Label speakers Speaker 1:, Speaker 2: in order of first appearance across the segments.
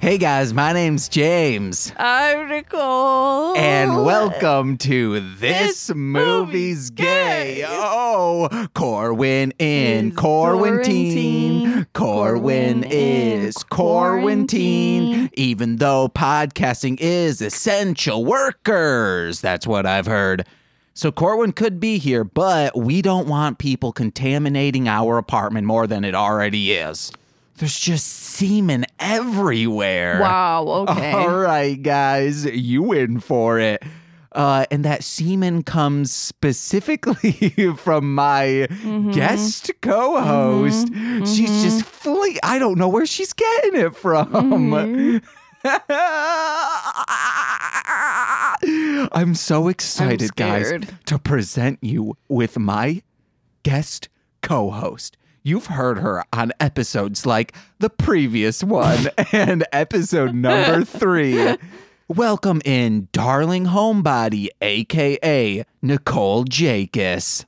Speaker 1: Hey guys, my name's James,
Speaker 2: I'm Nicole.
Speaker 1: and welcome to This,
Speaker 2: This
Speaker 1: Movie's
Speaker 2: Movie's
Speaker 1: Gay.
Speaker 2: Gay.
Speaker 1: Oh, Corwin in
Speaker 2: Is
Speaker 1: Corwintine.
Speaker 2: quarantine.
Speaker 1: Corwin
Speaker 2: Corwin
Speaker 1: is
Speaker 2: in
Speaker 1: Corwintine.
Speaker 2: quarantine.
Speaker 1: Even though podcasting is essential workers, that's what I've heard. So Corwin could be here, but we don't want people contaminating our apartment more than it already is. There's just semen everywhere.
Speaker 2: Wow. Okay.
Speaker 1: All right, guys, you in for it. Uh, and that semen comes specifically from my guest co-host. She's just fully I don't know where she's getting it from. I'm so excited, guys,
Speaker 2: scared.
Speaker 1: to present you with my guest co host. You've heard her on episodes like the previous one and episode number three. Welcome in, darling homebody, aka Nicole Jacobs.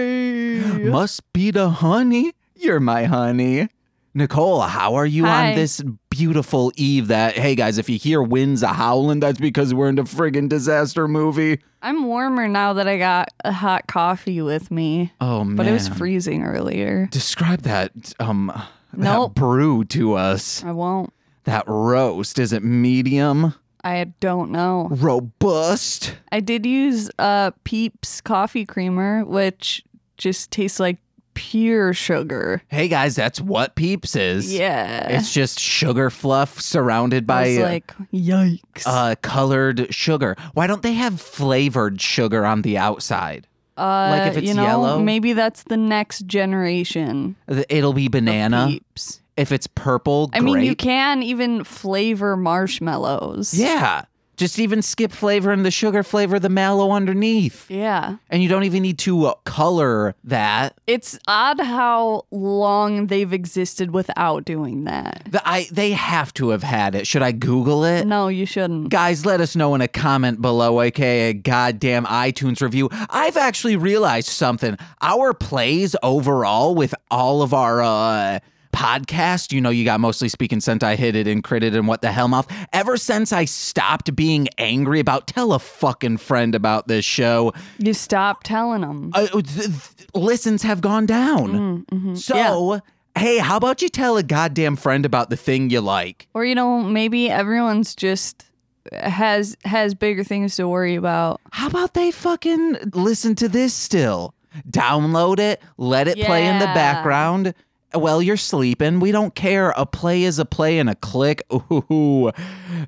Speaker 2: Hey.
Speaker 1: Must be the honey. You're my honey. Nicole, how are you
Speaker 2: Hi.
Speaker 1: on this beautiful eve that, hey guys, if you hear winds a howling, that's because we're in the friggin' disaster movie.
Speaker 2: I'm warmer now that I got a hot coffee with me,
Speaker 1: Oh, man.
Speaker 2: but it was freezing earlier.
Speaker 1: Describe that, um,
Speaker 2: Nope.
Speaker 1: that brew to us.
Speaker 2: I won't.
Speaker 1: That roast. Is it medium?
Speaker 2: I don't know.
Speaker 1: Robust?
Speaker 2: I did use uh, Peeps coffee creamer, which just tastes like pure sugar.
Speaker 1: Hey guys, that's what Peeps is.
Speaker 2: Yeah.
Speaker 1: It's just sugar fluff surrounded
Speaker 2: I was
Speaker 1: by
Speaker 2: like, yikes.
Speaker 1: uh, colored sugar. Why don't they have flavored sugar on the outside?
Speaker 2: Uh,
Speaker 1: if it's
Speaker 2: you know,
Speaker 1: yellow?
Speaker 2: maybe that's the next generation.
Speaker 1: Th- It'll be
Speaker 2: of
Speaker 1: banana.
Speaker 2: Peeps.
Speaker 1: If it's purple,
Speaker 2: I
Speaker 1: grape.
Speaker 2: mean, you can even flavor marshmallows.
Speaker 1: yeah. Just even skip flavor and the sugar flavor the mallow underneath.
Speaker 2: Yeah.
Speaker 1: And you don't even need to uh, color that.
Speaker 2: It's odd how long they've existed without doing that.
Speaker 1: The, I, they have to have had it. Should I Google it?
Speaker 2: No, you shouldn't.
Speaker 1: Guys, let us know in a comment below, aka goddamn iTunes review. I've actually realized something. Our plays overall with all of our uh podcast, you know, you got mostly speaking Sentai hit it and critted and what the hell mouth. Ever since I stopped being angry about tell a fucking friend about this show,
Speaker 2: You stop telling them.
Speaker 1: uh, th- th- listens have gone down. So, hey, how about you tell a goddamn friend about the thing you like?
Speaker 2: Or you know, maybe everyone's just has has bigger things to worry about.
Speaker 1: How about they fucking listen to this still? Download it, let it play in the
Speaker 2: Yeah.
Speaker 1: background while you're sleeping. We don't care. A play is a play and a click. Ooh,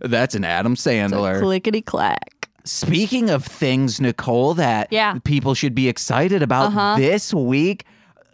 Speaker 1: that's an Adam Sandler.
Speaker 2: Clickety clack.
Speaker 1: Speaking of things, Nicole, that
Speaker 2: Yeah. Uh-huh.
Speaker 1: people should be excited about this week,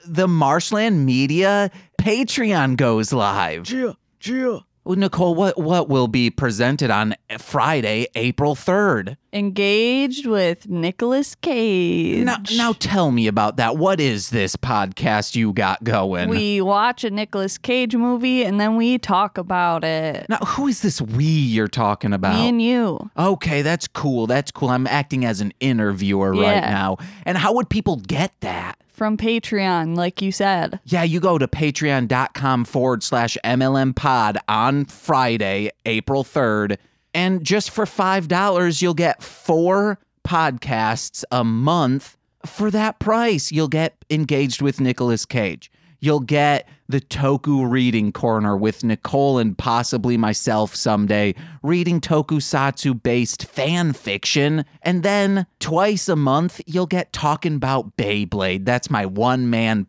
Speaker 1: the Marshland Media Patreon goes live.
Speaker 2: Chill, chill.
Speaker 1: Well, Nicole, what, what will be presented on Friday, April 3rd?
Speaker 2: Engaged with Nicolas Cage.
Speaker 1: Now, now tell me about that. What is this podcast you got going?
Speaker 2: we watch a Nicolas Cage movie and then we talk about it.
Speaker 1: now, who is this we you're talking about?
Speaker 2: Me and you.
Speaker 1: okay, that's cool. That's cool. I'm acting as an interviewer right
Speaker 2: Yeah.
Speaker 1: now. And how would people get that?
Speaker 2: From Patreon, like you said.
Speaker 1: Yeah, you go to patreon.com forward slash MLM pod on Friday, April 3rd. And just for $5, you'll get four podcasts a month. For that price, you'll get engaged with Nicolas Cage. You'll get the Toku Reading Corner with Nicole and possibly myself someday, reading tokusatsu based fan fiction. And then twice a month, you'll get Talking About Beyblade. That's my one man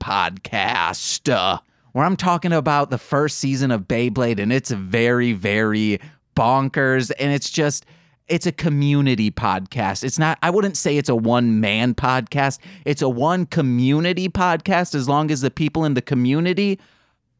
Speaker 1: podcast, uh, where I'm talking about the first season of Beyblade, and it's very, very bonkers. And it's just it's a community podcast. It's not, I wouldn't say it's a one man podcast. It's a one community podcast as long as the people in the community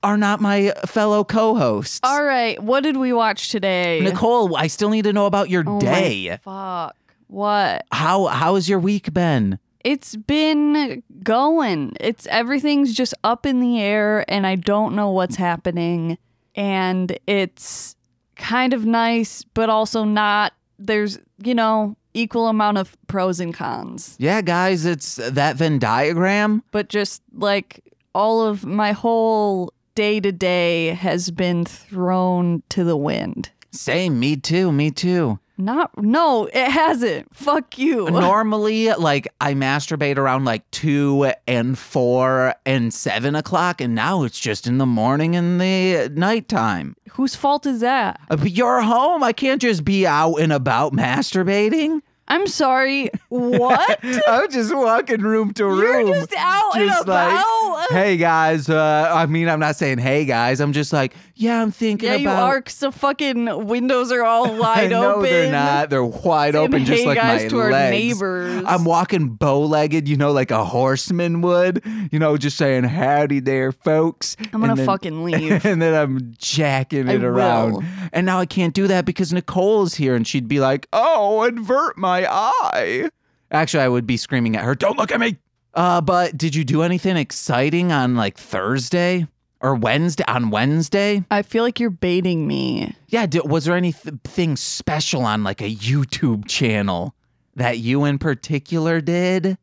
Speaker 1: are not my fellow co hosts.
Speaker 2: All right, what did we watch today?
Speaker 1: Nicole, I still need to know about your
Speaker 2: Oh my
Speaker 1: day.
Speaker 2: Fuck. What?
Speaker 1: How how has your week been?
Speaker 2: It's been going. It's everything's just up in the air and I don't know what's happening. And it's kind of nice, but also not. There's, you know, equal amount of pros and cons.
Speaker 1: Yeah, guys, it's that Venn diagram.
Speaker 2: but just like all of my whole day to day has been thrown to the wind.
Speaker 1: Same, me too, me too.
Speaker 2: Not, no, it hasn't. Fuck you.
Speaker 1: Normally, like I masturbate around like two and four and seven o'clock, and now it's just in the morning and the nighttime.
Speaker 2: Whose fault is that?
Speaker 1: Uh, But you're home. I can't just be out and about masturbating.
Speaker 2: I'm sorry. What?
Speaker 1: I'm just walking room to
Speaker 2: You're
Speaker 1: room.
Speaker 2: just out and
Speaker 1: Just like,
Speaker 2: about.
Speaker 1: hey guys, uh, I mean, I'm not saying hey guys. I'm just like, yeah, I'm thinking
Speaker 2: yeah,
Speaker 1: about.
Speaker 2: you are. 'cause the fucking windows are all
Speaker 1: I
Speaker 2: wide
Speaker 1: know
Speaker 2: open.
Speaker 1: they're not. They're wide
Speaker 2: Saying
Speaker 1: open, just
Speaker 2: hey
Speaker 1: like
Speaker 2: guys
Speaker 1: my
Speaker 2: to our
Speaker 1: legs.
Speaker 2: neighbors.
Speaker 1: I'm walking bow-legged, you know, like a horseman would. You know, just saying howdy there, folks.
Speaker 2: I'm gonna
Speaker 1: and then,
Speaker 2: fucking leave.
Speaker 1: And then I'm jacking
Speaker 2: I
Speaker 1: it around.
Speaker 2: will.
Speaker 1: And now I can't do that because Nicole's here, and she'd be like, "Oh, invert my eye." Actually, I would be screaming at her, "Don't look at me!" Uh, but did you do anything exciting on like Thursday or Wednesday? On Wednesday?
Speaker 2: I feel like you're baiting me.
Speaker 1: Yeah, d was there anything special on like a YouTube channel that you in particular did?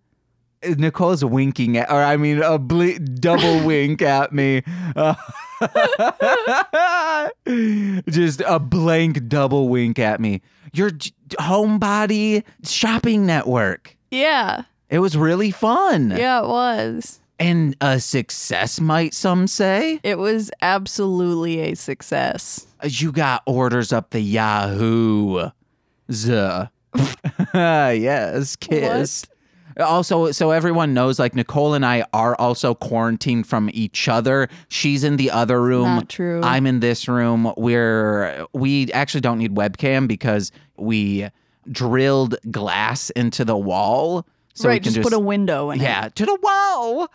Speaker 1: Uh, Nicole's winking at, or I mean, a ble- double wink at me. Uh, just a blank double wink at me. Your j- homebody shopping network.
Speaker 2: Yeah.
Speaker 1: It was really fun
Speaker 2: Yeah, it was.
Speaker 1: and a success, might some say.
Speaker 2: It was absolutely a success.
Speaker 1: You got orders up the Yahoo. Zuh. yes, kiss. Also, so everyone knows, like Nicole and I are also quarantined from each other. She's in the other room.
Speaker 2: Not true.
Speaker 1: I'm in this room. We're we actually don't need webcam because we drilled glass into the wall. So we
Speaker 2: right,
Speaker 1: can
Speaker 2: just, put a window in it.
Speaker 1: yeah, to the wall.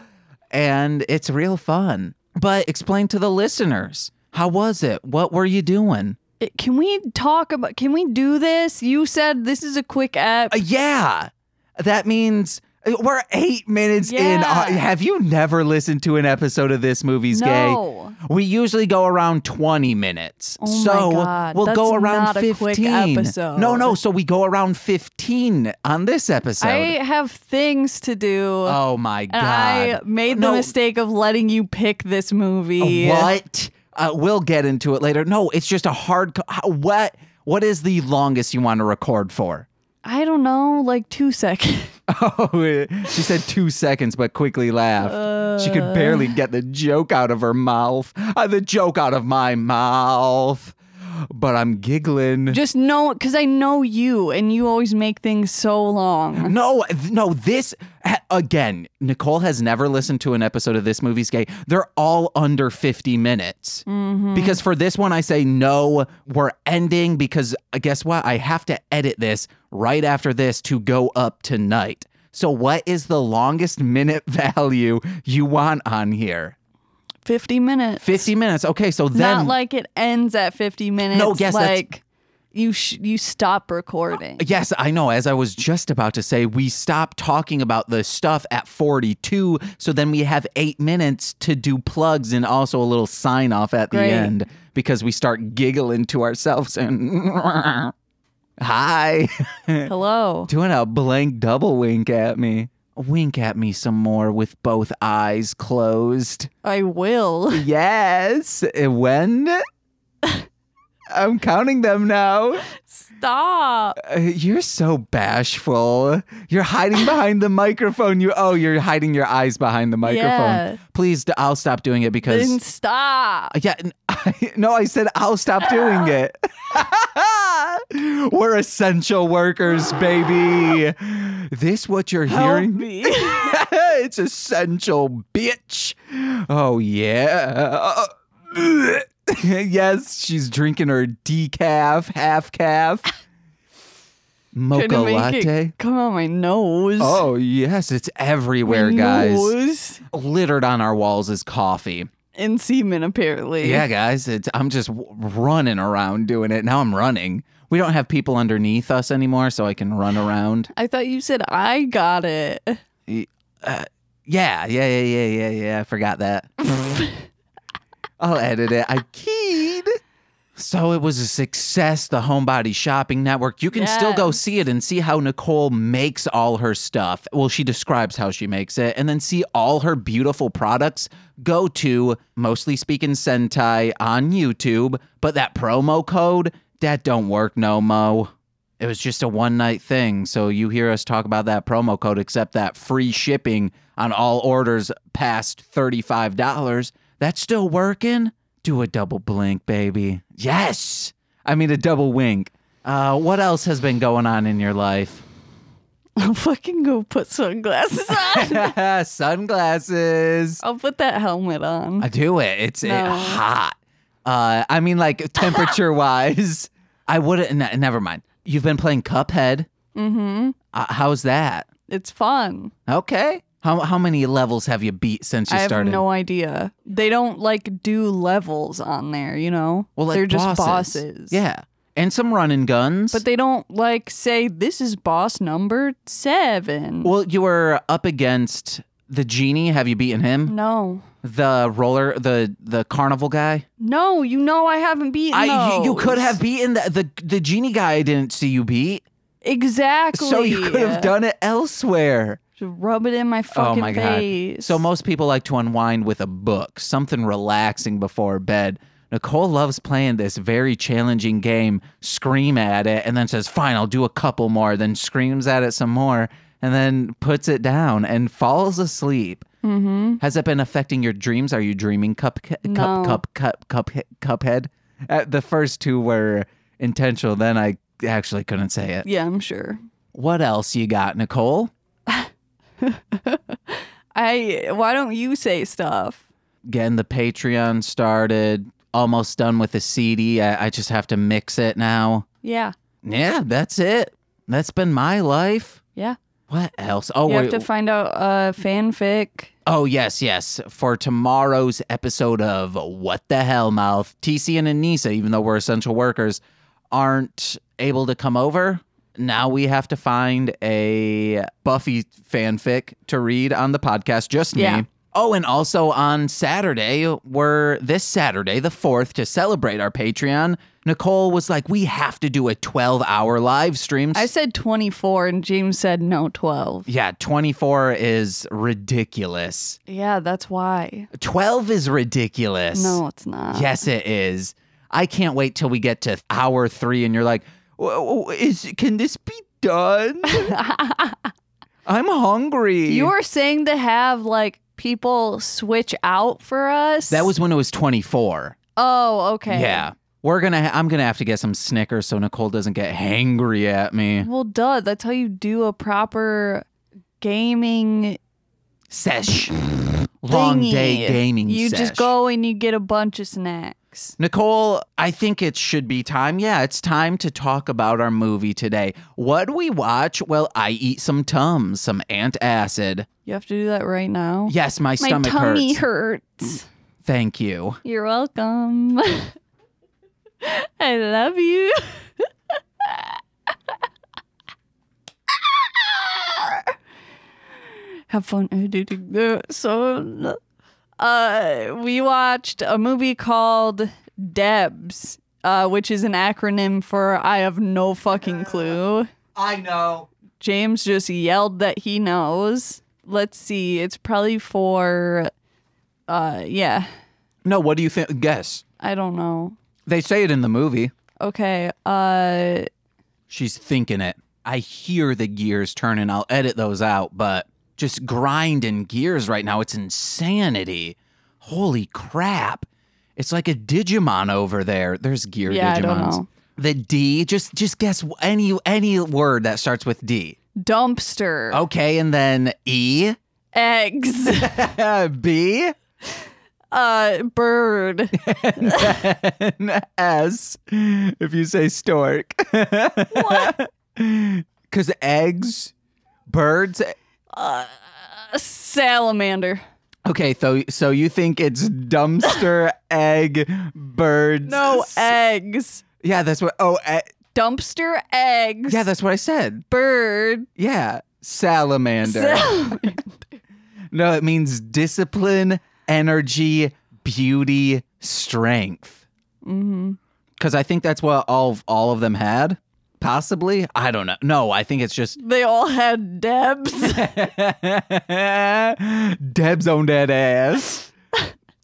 Speaker 1: And it's real fun. But explain to the listeners how was it? What were you doing?
Speaker 2: It- Eh, Can we talk about can we do this? You said this is a quick app.
Speaker 1: Uh, yeah, that means uh, we're eight minutes in.
Speaker 2: Yeah.
Speaker 1: Uh, have you never listened to an episode of This Movie's Gay?
Speaker 2: no.
Speaker 1: We usually go around 20 minutes.
Speaker 2: Oh my
Speaker 1: so
Speaker 2: God,
Speaker 1: we'll
Speaker 2: that's
Speaker 1: go around
Speaker 2: not a
Speaker 1: 15.
Speaker 2: quick episode.
Speaker 1: No, no. So we go around 15 on this episode.
Speaker 2: I have things to do.
Speaker 1: oh my God.
Speaker 2: and I made the
Speaker 1: No.
Speaker 2: mistake of letting you pick this movie.
Speaker 1: What? Uh, we'll get into it later. No, it's just a hard. Co- how- what? What is the longest you want to record for?
Speaker 2: I don't know, like two seconds.
Speaker 1: Oh, she said two seconds, but quickly laughed. she could barely get the joke out of her mouth. Uh, the joke out of my mouth. But I'm giggling.
Speaker 2: Just know, because I know you, and you always make things so long.
Speaker 1: No, th- no, this a- again. Nicole has never listened to an episode of This Movie's Gay. They're all under 50 minutes. Because for this one, I say, no, we're ending because uh, guess what? I have to edit this right after this to go up tonight. So, what is the longest minute value you want on here?
Speaker 2: 50 minutes.
Speaker 1: 50 minutes. Okay, so then.
Speaker 2: Not like it ends at 50 minutes.
Speaker 1: No, yes, that's- Uh,
Speaker 2: Like you, sh- you stop recording.
Speaker 1: Yes, I know. As I was just about to say, we stopped talking about the stuff at 42. So then we have eight minutes to do plugs and also a little sign off at the
Speaker 2: Great.
Speaker 1: end because we start giggling to ourselves and hi,
Speaker 2: Hello.
Speaker 1: doing a blank double wink at me. Wink at me some more with both eyes closed.
Speaker 2: I will.
Speaker 1: Yes. Uh, When? I'm counting them now.
Speaker 2: Stop.
Speaker 1: Uh, you're so bashful. You're hiding behind the microphone. You oh, you're hiding your eyes behind the microphone.
Speaker 2: Yeah.
Speaker 1: Please, d- I'll stop doing it because Uh,
Speaker 2: Then stop.
Speaker 1: yeah, n- I, no, I said I'll stop doing it. We're essential workers, baby. This what you're
Speaker 2: Help
Speaker 1: hearing?
Speaker 2: me.
Speaker 1: it's essential, bitch. Oh yeah. Uh, yes, she's drinking her decaf, half calf, mocha
Speaker 2: Couldn't make it
Speaker 1: latte.
Speaker 2: Come on, my nose.
Speaker 1: Oh yes, it's
Speaker 2: My
Speaker 1: everywhere, guys.
Speaker 2: Nose.
Speaker 1: Littered on our walls is coffee.
Speaker 2: And semen, apparently.
Speaker 1: Yeah, guys, it's, I'm just w- running around doing it. Now I'm running. We don't have people underneath us anymore, so I can run around.
Speaker 2: I thought you said I got it.
Speaker 1: Yeah, yeah, yeah, yeah, yeah, yeah. I forgot that. I'll edit it. I keyed. So it was a success, the Homebody Shopping Network. You can still go
Speaker 2: Yes.
Speaker 1: see it and see how Nicole makes all her stuff. Well, she describes how she makes it, and then see all her beautiful products. Go to Mostly Speaking Sentai on YouTube, but that promo code, that don't work no mo. It was just a one night thing. So you hear us talk about that promo code, except that free shipping on all orders past $35. That's still working? Do a double blink, baby. Yes. I mean, a double wink. Uh, what else has been going on in your life?
Speaker 2: I'll fucking go put sunglasses on.
Speaker 1: Sunglasses.
Speaker 2: I'll put that helmet on.
Speaker 1: I do it. It's it,
Speaker 2: No.
Speaker 1: hot. Uh, I mean, like temperature wise, I wouldn't. Ne- never mind. You've been playing Cuphead.
Speaker 2: mm-hmm.
Speaker 1: Uh, how's that?
Speaker 2: It's fun.
Speaker 1: Okay. How how many levels have you beat since you
Speaker 2: I have
Speaker 1: started?
Speaker 2: no idea. They don't like do levels on there, you know?
Speaker 1: well, like
Speaker 2: They're just
Speaker 1: bosses. Yeah, and some running guns.
Speaker 2: But they don't like say this is boss number seven.
Speaker 1: well, you were up against the genie. Have you beaten
Speaker 2: Mm.
Speaker 1: him?
Speaker 2: no.
Speaker 1: The roller, the the carnival guy.
Speaker 2: No, you know I haven't beaten
Speaker 1: I you- you could
Speaker 2: those.
Speaker 1: have beaten the, the the genie guy. I didn't see you beat,
Speaker 2: Exactly.
Speaker 1: so you could have done it elsewhere.
Speaker 2: Just rub it in my fucking
Speaker 1: Oh my God.
Speaker 2: face.
Speaker 1: So most people like to unwind with a book, something relaxing before bed. Nicole loves playing this very challenging game, scream at it, and then says, Fine, I'll do a couple more, then screams at it some more, and then puts it down and falls asleep.
Speaker 2: Mm-hmm.
Speaker 1: Has it been affecting your dreams? Are you dreaming cup cup
Speaker 2: No.
Speaker 1: cup cup cup cuphead? Uh, the first two were intentional, then I actually couldn't say it.
Speaker 2: Yeah, I'm sure.
Speaker 1: What else you got, Nicole?
Speaker 2: I why don't you say stuff?
Speaker 1: getting the Patreon started, almost done with the CD. I, I just have to mix it now.
Speaker 2: Yeah.
Speaker 1: Yeah, that's it. That's been my life.
Speaker 2: Yeah.
Speaker 1: What else? Oh,
Speaker 2: You
Speaker 1: wait.
Speaker 2: have to find out a fanfic.
Speaker 1: oh, yes, yes. For tomorrow's episode of What the Hell Mouth, TC and Anissa, even though we're essential workers, aren't able to come over. Now we have to find a Buffy fanfic to read on the podcast, just me.
Speaker 2: Yeah.
Speaker 1: Oh, and also on Saturday, we're this Saturday, the 4th, to celebrate our Patreon. Nicole was like, we have to do a 12 hour live stream.
Speaker 2: I said 24 and James said no 12.
Speaker 1: yeah, 24 is ridiculous.
Speaker 2: Yeah, that's why.
Speaker 1: 12 is ridiculous.
Speaker 2: No, it's not.
Speaker 1: Yes, it is. I can't wait till we get to hour three and you're like, "Whoa, is, can this be done? I'm hungry.
Speaker 2: You were saying to have like people switch out for us.
Speaker 1: that was when it was 24.
Speaker 2: Oh, okay.
Speaker 1: Yeah. We're gonna. I'm gonna have to get some Snickers so Nicole doesn't get hangry at me.
Speaker 2: Well, duh. That's how you do a proper gaming
Speaker 1: Sesh. Long
Speaker 2: thingy.
Speaker 1: day gaming.
Speaker 2: You
Speaker 1: sesh.
Speaker 2: just go and you get a bunch of snacks.
Speaker 1: Nicole, I think it should be time. Yeah, it's time to talk about our movie today. What do we watch? Well, I eat some Tums, some antacid.
Speaker 2: You have to do that right now.
Speaker 1: Yes, my,
Speaker 2: My
Speaker 1: stomach
Speaker 2: tummy
Speaker 1: hurts.
Speaker 2: hurts.
Speaker 1: Thank you.
Speaker 2: You're welcome. I love you. Have fun editing the song. Uh, we watched a movie called Debs, uh, which is an acronym for I have no fucking clue.
Speaker 1: I know.
Speaker 2: James just yelled that he knows. Let's see. It's probably for, uh, yeah,
Speaker 1: No, what do you think? Guess.
Speaker 2: I don't know.
Speaker 1: They say it in the movie.
Speaker 2: Okay. Uh
Speaker 1: She's thinking it. I hear the gears turning. I'll edit those out, but just grinding gears right now. It's insanity. Holy crap. It's like a Digimon over there. There's gear
Speaker 2: Yeah,
Speaker 1: Digimons.
Speaker 2: I don't know.
Speaker 1: The D, just just guess any any word that starts with D.
Speaker 2: dumpster.
Speaker 1: Okay, and then E,
Speaker 2: Eggs.
Speaker 1: B,
Speaker 2: uh bird.
Speaker 1: N S if you say stork. Because eggs, birds.
Speaker 2: Uh, salamander.
Speaker 1: Okay, so so you think it's dumpster, egg, birds?
Speaker 2: No
Speaker 1: s-
Speaker 2: eggs.
Speaker 1: Yeah, that's what. Oh, e-
Speaker 2: Dumpster eggs.
Speaker 1: yeah, that's what I said.
Speaker 2: bird.
Speaker 1: Yeah, salamander.
Speaker 2: Salamander.
Speaker 1: no, it means discipline, energy, beauty, strength.
Speaker 2: hmm
Speaker 1: because I think that's what all of, all of them had. Possibly, I don't know. No, I think it's just
Speaker 2: They all had Debs.
Speaker 1: Deb's on that ass.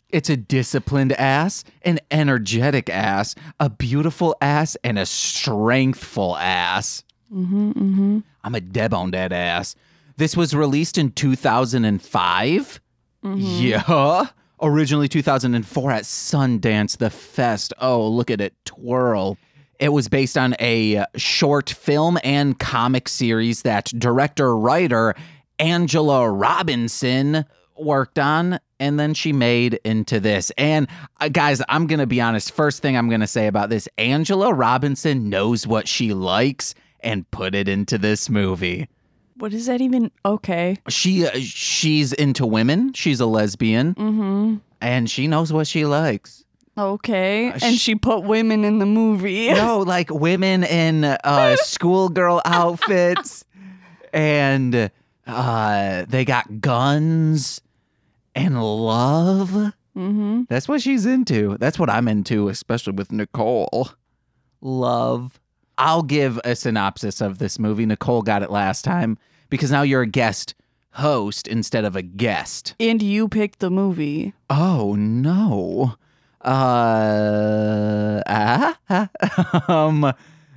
Speaker 1: It's a disciplined ass, an energetic ass, a beautiful ass, and a strengthful ass.
Speaker 2: mm-hmm, mm-hmm.
Speaker 1: I'm a Deb on that ass. This was released in 2005.
Speaker 2: Mm-hmm.
Speaker 1: Yeah. Originally 2004 at Sundance, the fest. Oh, look at it twirl. It was based on a uh, short film and comic series that director writer Angela Robinson worked on and then she made into this. And uh, guys, I'm going to be honest. First thing I'm going to say about this Angela Robinson knows what she likes and put it into this movie.
Speaker 2: What is that even? Okay.
Speaker 1: She uh, she's into women. She's a lesbian
Speaker 2: Mm-hmm.
Speaker 1: and she knows what she likes.
Speaker 2: Okay.
Speaker 1: Uh,
Speaker 2: and
Speaker 1: sh-
Speaker 2: she put women in the movie.
Speaker 1: No, like women in uh, schoolgirl outfits, and uh, they got guns and love.
Speaker 2: Mm-hmm.
Speaker 1: That's what she's into. That's what I'm into, especially with Nicole. Love. I'll give a synopsis of this movie. Nicole got it last time because now you're a guest host instead of a guest.
Speaker 2: And you picked the movie.
Speaker 1: Oh no. Uh, ah, um,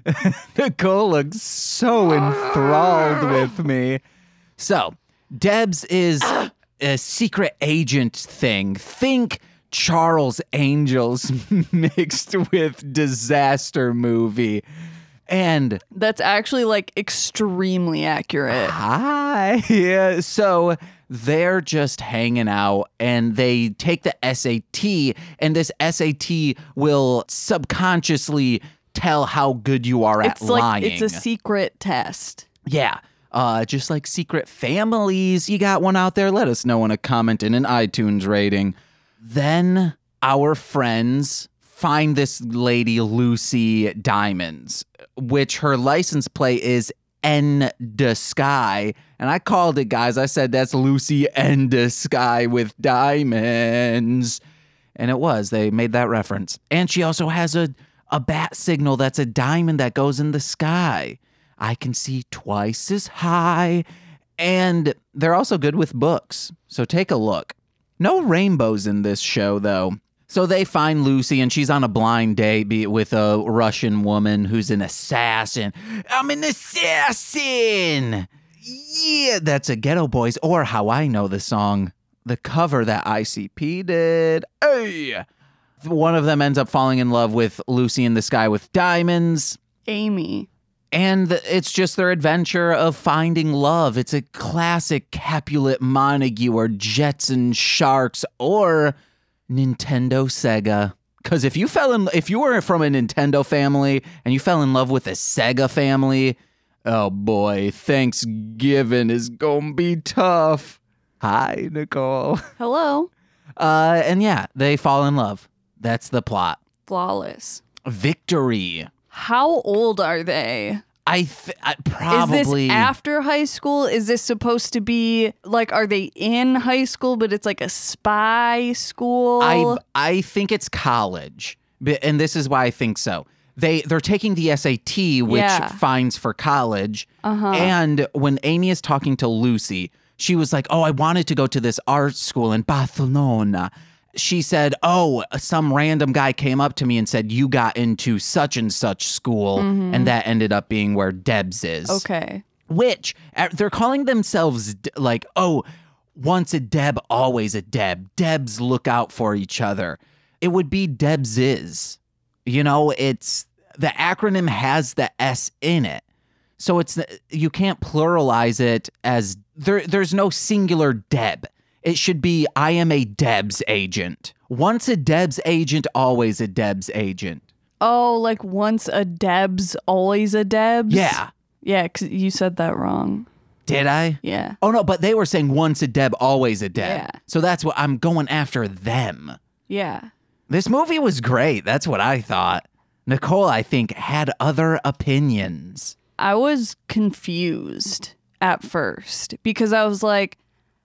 Speaker 1: Nicole looks so enthralled with me. So, Debs is a secret agent thing. Think Charles Angels mixed with disaster movie. And
Speaker 2: That's actually like extremely accurate.
Speaker 1: Hi. Yeah. So they're just hanging out and they take the SAT, and this SAT will subconsciously tell how good you are at
Speaker 2: It's like
Speaker 1: lying.
Speaker 2: it's a secret test.
Speaker 1: yeah. Uh, just like secret families. You got one out there? Let us know in a comment and an iTunes rating. Then our friends find this lady, Lucy Diamonds, which her license plate is N the Sky. And I called it, guys. I said that's Lucy N the Sky with diamonds. And it was. They made that reference. And she also has a, a bat signal that's a diamond that goes in the sky. I can see twice as high. And they're also good with books. So take a look. No rainbows in this show, though. So they find Lucy, and she's on a blind date be- with a Russian woman who's an assassin. I'm an assassin! Yeah, that's a Ghetto Boys, or how I know the song, the cover that ICP did. Hey! One of them ends up falling in love with Lucy in the Sky with Diamonds
Speaker 2: Amy.
Speaker 1: and th- it's just their adventure of finding love. It's a classic Capulet Montague or Jetson Sharks or Nintendo Sega. Because if you fell in, if you were from a Nintendo family and you fell in love with a Sega family, oh boy, Thanksgiving is gonna be tough. Hi, Nicole.
Speaker 2: Hello.
Speaker 1: Uh, and yeah, they fall in love. That's the plot.
Speaker 2: Flawless.
Speaker 1: Victory.
Speaker 2: How old are they?
Speaker 1: I, th- I probably
Speaker 2: Is this after high school? Is this supposed to be like are they in high school but it's like a spy school?
Speaker 1: I I think it's college, B- and this is why I think so. They they're taking the SAT, which
Speaker 2: Yeah.
Speaker 1: fines for college.
Speaker 2: Uh-huh.
Speaker 1: And when Amy is talking to Lucy, she was like, "Oh, I wanted to go to this art school in Barcelona." She said, "Oh, some random guy came up to me and said you got into such and such school, and that ended up being where Debs is."
Speaker 2: Mm-hmm. okay.
Speaker 1: which uh, they're calling themselves d- like oh once a deb always a deb debs look out for each other it would be debs is you know it's the acronym has the s in it so it's you can't pluralize it as there there's no singular deb it should be i am a debs agent once a debs agent always a debs agent
Speaker 2: Oh, like once a Debs, always a Debs?
Speaker 1: yeah
Speaker 2: Yeah, 'cause you said that wrong.
Speaker 1: did i
Speaker 2: Yeah.
Speaker 1: Oh no, but they were saying once a Deb, always a Deb.
Speaker 2: Yeah.
Speaker 1: So that's what I'm going after them.
Speaker 2: Yeah.
Speaker 1: This movie was great. That's what I thought. Nicole, I think, had other opinions.
Speaker 2: I was confused at first because I was like,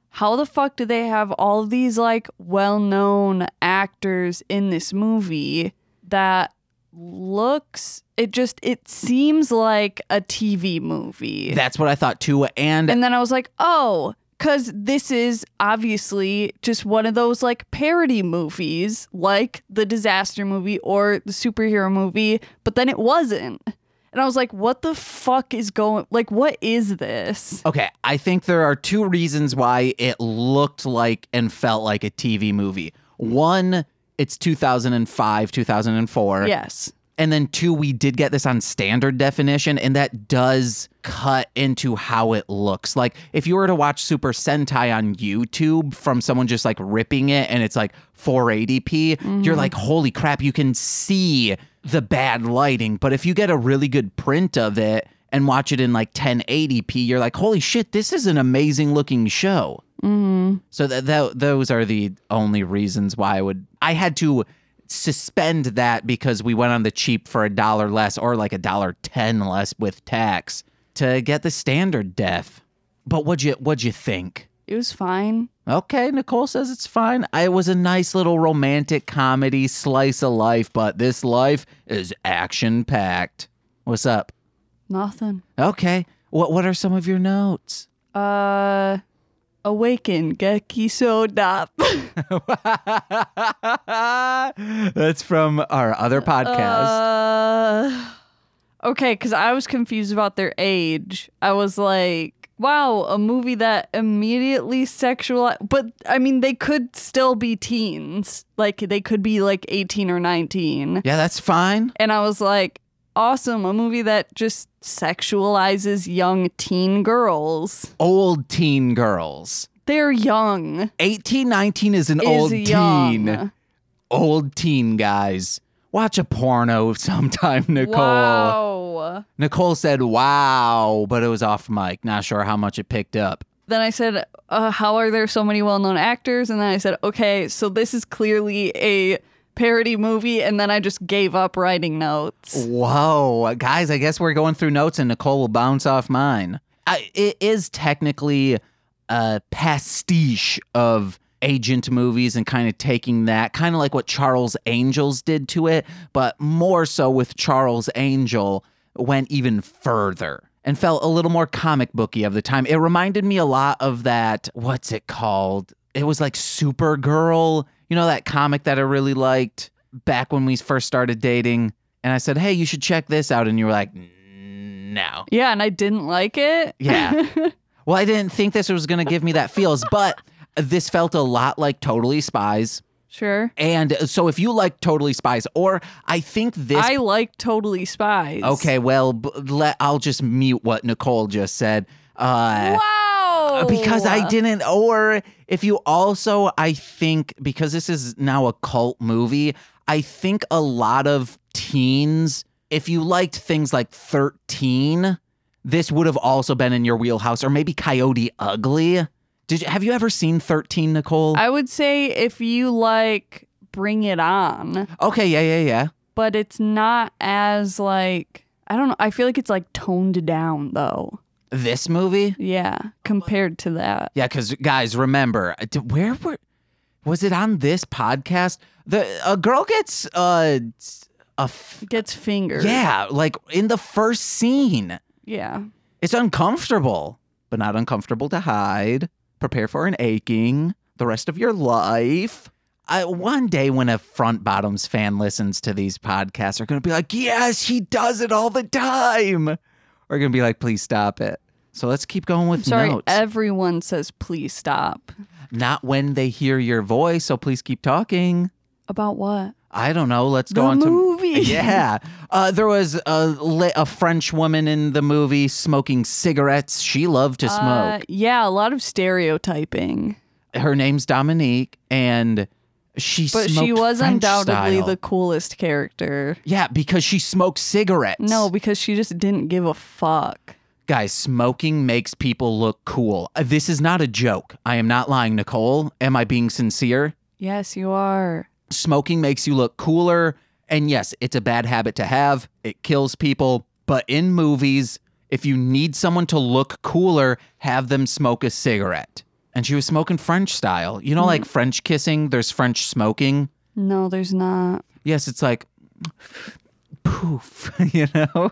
Speaker 2: how the fuck do they have all these like well known actors in this movie that looks it just it seems like a TV movie.
Speaker 1: That's what I thought too. And,
Speaker 2: and then I was like, "Oh, cuz this is obviously just one of those like parody movies, like the disaster movie or the superhero movie, but then it wasn't." And I was like, "What the fuck is going like what is this?"
Speaker 1: okay, I think there are two reasons why it looked like and felt like a TV movie. One, it's 2005, 2004.
Speaker 2: Yes.
Speaker 1: And then two, we did get this on standard definition, and that does cut into how it looks. Like if you were to watch Super Sentai on YouTube from someone just like ripping it and it's like 480p, you're like, holy crap, you can see the bad lighting. But if you get a really good print of it and watch it in like 1080p, you're like, holy shit, this is an amazing looking show. So that th- those are the only reasons why I would I had to suspend that because we went on the cheap for a dollar less or like a dollar 10 less with tax to get the standard def. But what'd you what'd you think?
Speaker 2: It was fine.
Speaker 1: Okay, Nicole says it's fine. I- It was a nice little romantic comedy slice of life, but this life is action packed. What's up?
Speaker 2: Nothing.
Speaker 1: Okay. What what are some of your notes?
Speaker 2: Uh Awaken Geki Sodap.
Speaker 1: That's from our other podcast.
Speaker 2: Uh, okay, because I was confused about their age. I was like, wow, a movie that immediately sexualized. But I mean, they could still be teens. Like, they could be like 18 or 19.
Speaker 1: yeah, that's fine.
Speaker 2: And I was like, awesome, a movie that just sexualizes young teen girls.
Speaker 1: Old teen girls.
Speaker 2: They're young.
Speaker 1: eighteen, nineteen is an old
Speaker 2: is young.
Speaker 1: teen. Old teen guys. Watch a porno sometime, Nicole.
Speaker 2: Wow.
Speaker 1: Nicole said, wow, but it was off mic. Not sure how much it picked up.
Speaker 2: then I said, uh, How are there so many well known actors? And then I said, Okay, so this is clearly a parody movie. And then I just gave up writing notes.
Speaker 1: Whoa, guys! I guess we're going through notes, and Nicole will bounce off mine. I, it is technically a pastiche of agent movies and kind of taking that, kind of like what Charles Angels did to it, but more so with Charles Angel went even further and felt a little more comic booky of the time. It reminded me a lot of that. What's it called? It was like Supergirl. You know that comic that I really liked back when we first started dating and I said, "Hey, you should check this out," and you were like, "No."
Speaker 2: Yeah, and I didn't like it.
Speaker 1: Yeah. well, I didn't think this was going to give me that feels, but this felt a lot like Totally Spies.
Speaker 2: sure.
Speaker 1: And so, if you like Totally Spies, or I think this.
Speaker 2: I like Totally Spies.
Speaker 1: okay, well, b- let I'll just mute what Nicole just said. Uh,
Speaker 2: Wow.
Speaker 1: because
Speaker 2: Oh.
Speaker 1: I didn't. Or if you also, I think, because this is now a cult movie, I think a lot of teens, if you liked things like 13, this would have also been in your wheelhouse, or maybe Coyote Ugly. Did you, have you ever seen 13, Nicole?
Speaker 2: I would say if you like Bring It On,
Speaker 1: okay, yeah, yeah, yeah.
Speaker 2: but it's not as like, I don't know. I feel like it's like toned down though.
Speaker 1: This movie?
Speaker 2: Yeah, compared to that.
Speaker 1: Yeah, because guys, remember, uh, d- where were, was it on this podcast? The A girl gets uh, s- a f-
Speaker 2: Gets fingered.
Speaker 1: Yeah, like in the first scene.
Speaker 2: Yeah.
Speaker 1: It's uncomfortable, but not uncomfortable to hide. Prepare for an aching the rest of your life. I, one day, when a front bottoms fan listens to these podcasts, are going to be like, "Yes, he does it all the time," or going to be like, "Please stop it." So let's keep going with
Speaker 2: Sorry,
Speaker 1: notes.
Speaker 2: everyone says please stop.
Speaker 1: not when they hear your voice, so please keep talking.
Speaker 2: About what?
Speaker 1: I don't know. Let's go
Speaker 2: the
Speaker 1: on to
Speaker 2: movie.
Speaker 1: yeah. Uh, there was a, li- a French woman in the movie smoking cigarettes. She loved to
Speaker 2: Uh,
Speaker 1: smoke.
Speaker 2: yeah, a lot of stereotyping.
Speaker 1: Her name's Dominique, and she
Speaker 2: But she
Speaker 1: smoked
Speaker 2: was
Speaker 1: French
Speaker 2: undoubtedly
Speaker 1: style.
Speaker 2: the coolest character.
Speaker 1: Yeah, because she smoked cigarettes.
Speaker 2: No, because she just didn't give a fuck.
Speaker 1: Guys, smoking makes people look cool. Uh, This is not a joke. I am not lying, Nicole. Am I being sincere?
Speaker 2: Yes, you are.
Speaker 1: Smoking makes you look cooler. And yes, it's a bad habit to have. It kills people. But in movies, if you need someone to look cooler, have them smoke a cigarette. And she was smoking French style. You know, like French kissing, there's French smoking.
Speaker 2: No, there's not.
Speaker 1: Yes, it's like poof, you know?